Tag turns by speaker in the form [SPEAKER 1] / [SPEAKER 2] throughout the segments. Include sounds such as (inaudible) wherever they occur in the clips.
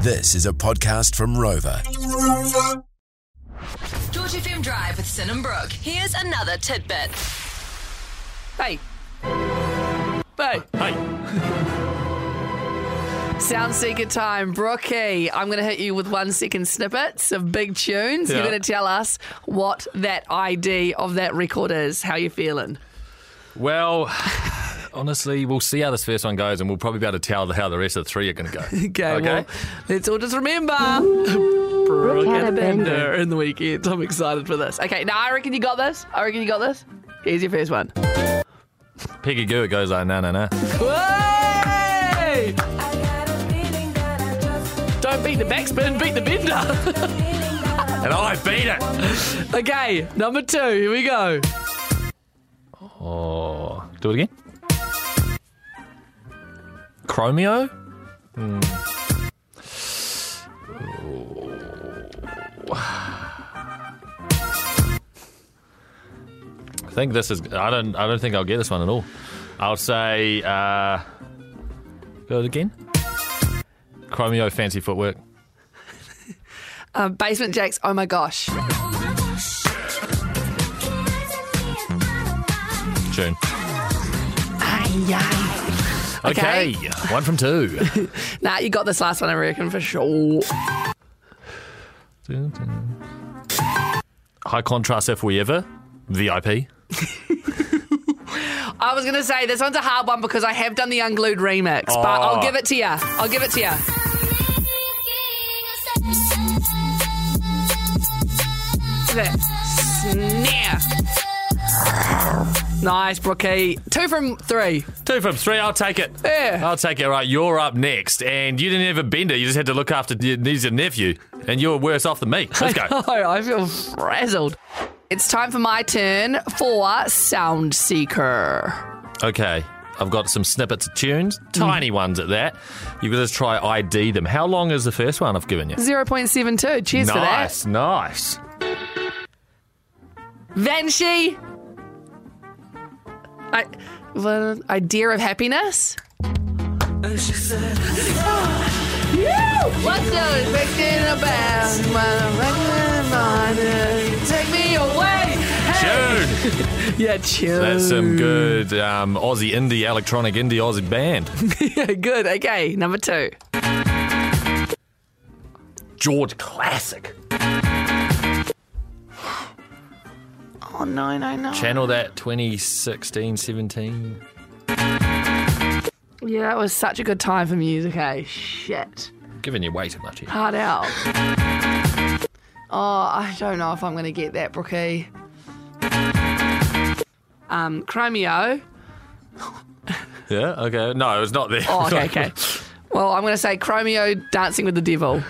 [SPEAKER 1] This is a podcast from Rover.
[SPEAKER 2] George FM Drive with Sin and Brooke. Here's another tidbit.
[SPEAKER 3] Hey. Hey.
[SPEAKER 4] Hey,
[SPEAKER 3] Sound seeker time. Brookie, I'm going to hit you with one second snippets of big tunes. You're
[SPEAKER 4] Yeah.
[SPEAKER 3] going to tell us what that ID of that record is. How you feeling?
[SPEAKER 4] well, (sighs) honestly, we'll see how this first one goes, and we'll probably be able to tell how the rest of the three are going to go.
[SPEAKER 3] (laughs) Okay, well, let's all just remember Brooke had a bender in the weekend. I'm excited for this. Okay, now I reckon you got this. I reckon you got this. Here's your first one.
[SPEAKER 4] Peggy Goo, it goes ah, like, no, no, no.
[SPEAKER 3] Hey! Don't beat the backspin, beat the bender. (laughs)
[SPEAKER 4] And I beat it.
[SPEAKER 3] okay, number two. Here we go.
[SPEAKER 4] Oh, do it again. Chromeo? Hmm. Hmm. (sighs) I think this is. I don't. I don't think I'll get this one at all. I'll say. Uh, go it again. Chromeo fancy footwork.
[SPEAKER 3] Um, Basement Jacks. Oh my gosh.
[SPEAKER 4] Tune.
[SPEAKER 3] Yay.
[SPEAKER 4] Okay. One from two.
[SPEAKER 3] Nah, you got this last one, I reckon, for sure.
[SPEAKER 4] High contrast if we ever. VIP.
[SPEAKER 3] I was going to say, this one's a hard one because I have done the Unglued remix, but I'll
[SPEAKER 4] Oh.
[SPEAKER 3] give it to you. I'll give it to you. That snare. Nice, Brookie. Two from three. (laughs)
[SPEAKER 4] Two from three. I'll take it.
[SPEAKER 3] Yeah.
[SPEAKER 4] I'll take it. Right, you're up next, and you didn't have a bender. You just had to look after your niece and nephew, and you were worse off than me. Let's go.
[SPEAKER 3] (laughs) Oh, I feel frazzled. It's time for my turn for Sound Seeker.
[SPEAKER 4] okay, I've got some snippets of tunes,
[SPEAKER 3] Mm.
[SPEAKER 4] tiny ones at that. You've got to try ID them. How long is the first one I've given you?
[SPEAKER 3] 0.72. Cheers for that.
[SPEAKER 4] nice, nice.
[SPEAKER 3] Venshi. I, well, idea of happiness. What's so expecting about my Take me away.
[SPEAKER 4] Tune.
[SPEAKER 3] Yeah, chill.
[SPEAKER 4] That's some good um, Aussie indie, electronic indie Aussie band.
[SPEAKER 3] (laughs) yeah, good. Okay, number two.
[SPEAKER 4] George Classic.
[SPEAKER 3] Oh no, no, no.
[SPEAKER 4] Channel that 2016, 17.
[SPEAKER 3] Yeah, that was such a good time for music. Hey, shit,
[SPEAKER 4] Giving you way too much. here.
[SPEAKER 3] hard out. Oh, I don't know if I'm gonna get that, Brookie. Um, Chromeo.
[SPEAKER 4] Yeah. Okay. No, it's not there.
[SPEAKER 3] Oh,
[SPEAKER 4] (laughs)
[SPEAKER 3] okay, okay. Well, I'm gonna say Chromeo dancing with the devil.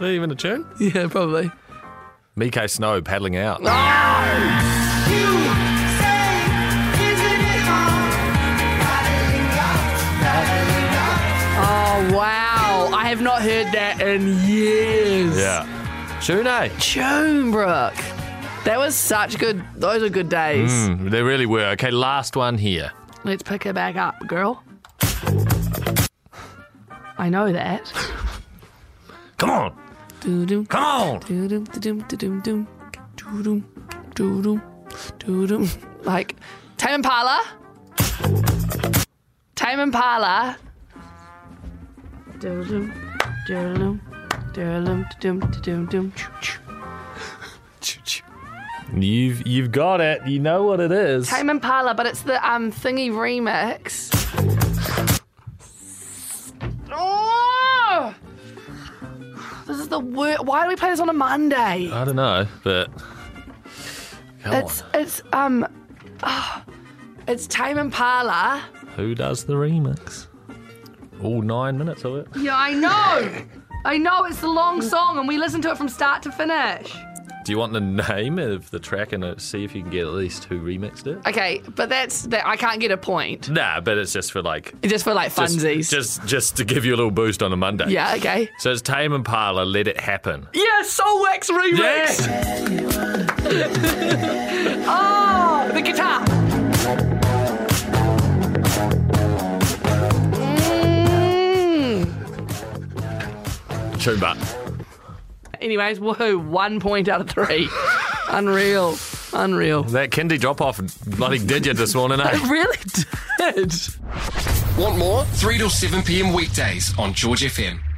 [SPEAKER 4] Even a tune.
[SPEAKER 3] Yeah, probably.
[SPEAKER 4] Miko Snow paddling out.
[SPEAKER 3] Oh wow, I have not heard that in years.
[SPEAKER 4] Yeah. Tune, eh?
[SPEAKER 3] Joanbrook. That was such good. Those are good days.
[SPEAKER 4] Mm, they really were. Okay, last one here.
[SPEAKER 3] Let's pick her back up, girl. I know that.
[SPEAKER 4] Come on.
[SPEAKER 3] Doo-doom,
[SPEAKER 4] Come on.
[SPEAKER 3] doo-doom, doo-doom, doo-doom, doom, doo-doom, doo-doom, doo-doom. Like Tame Impala. Tame Impala. Doo-doom, doo-doom, doo-doom, doo-doom, doo-doom, doom.
[SPEAKER 4] You've you've got it. You know what it is.
[SPEAKER 3] Tame Impala, but it's the um thingy remix. Oh! This is the worst. Why do we play this on a Monday?
[SPEAKER 4] I don't know, but come
[SPEAKER 3] It's it's um, ah, it's Tame Impala.
[SPEAKER 4] on. Who does the remix? All nine minutes of it.
[SPEAKER 3] Yeah, I know. I know it's the long song, and we listen to it from start to finish.
[SPEAKER 4] Do you want the name of the track and uh, see if you can get at least who remixed it?
[SPEAKER 3] Okay, but that's that. I can't get a point.
[SPEAKER 4] Nah, but it's just for like
[SPEAKER 3] Just for like
[SPEAKER 4] just,
[SPEAKER 3] funsies.
[SPEAKER 4] just just to give you a little boost on a Monday.
[SPEAKER 3] yeah. Okay.
[SPEAKER 4] So it's Tame Impala, Let It Happen.
[SPEAKER 3] Yeah, Soul Wax remix.
[SPEAKER 4] Yeah.
[SPEAKER 3] Oh, the guitar. Mm.
[SPEAKER 4] Chumba.
[SPEAKER 3] Anyways, woohoo, one point out of (laughs) three. Unreal. Unreal.
[SPEAKER 4] That kindy drop off bloody did you this morning, eh?
[SPEAKER 3] (laughs) It really did.
[SPEAKER 5] Want more? 3 till 7 p.m. weekdays on George FM.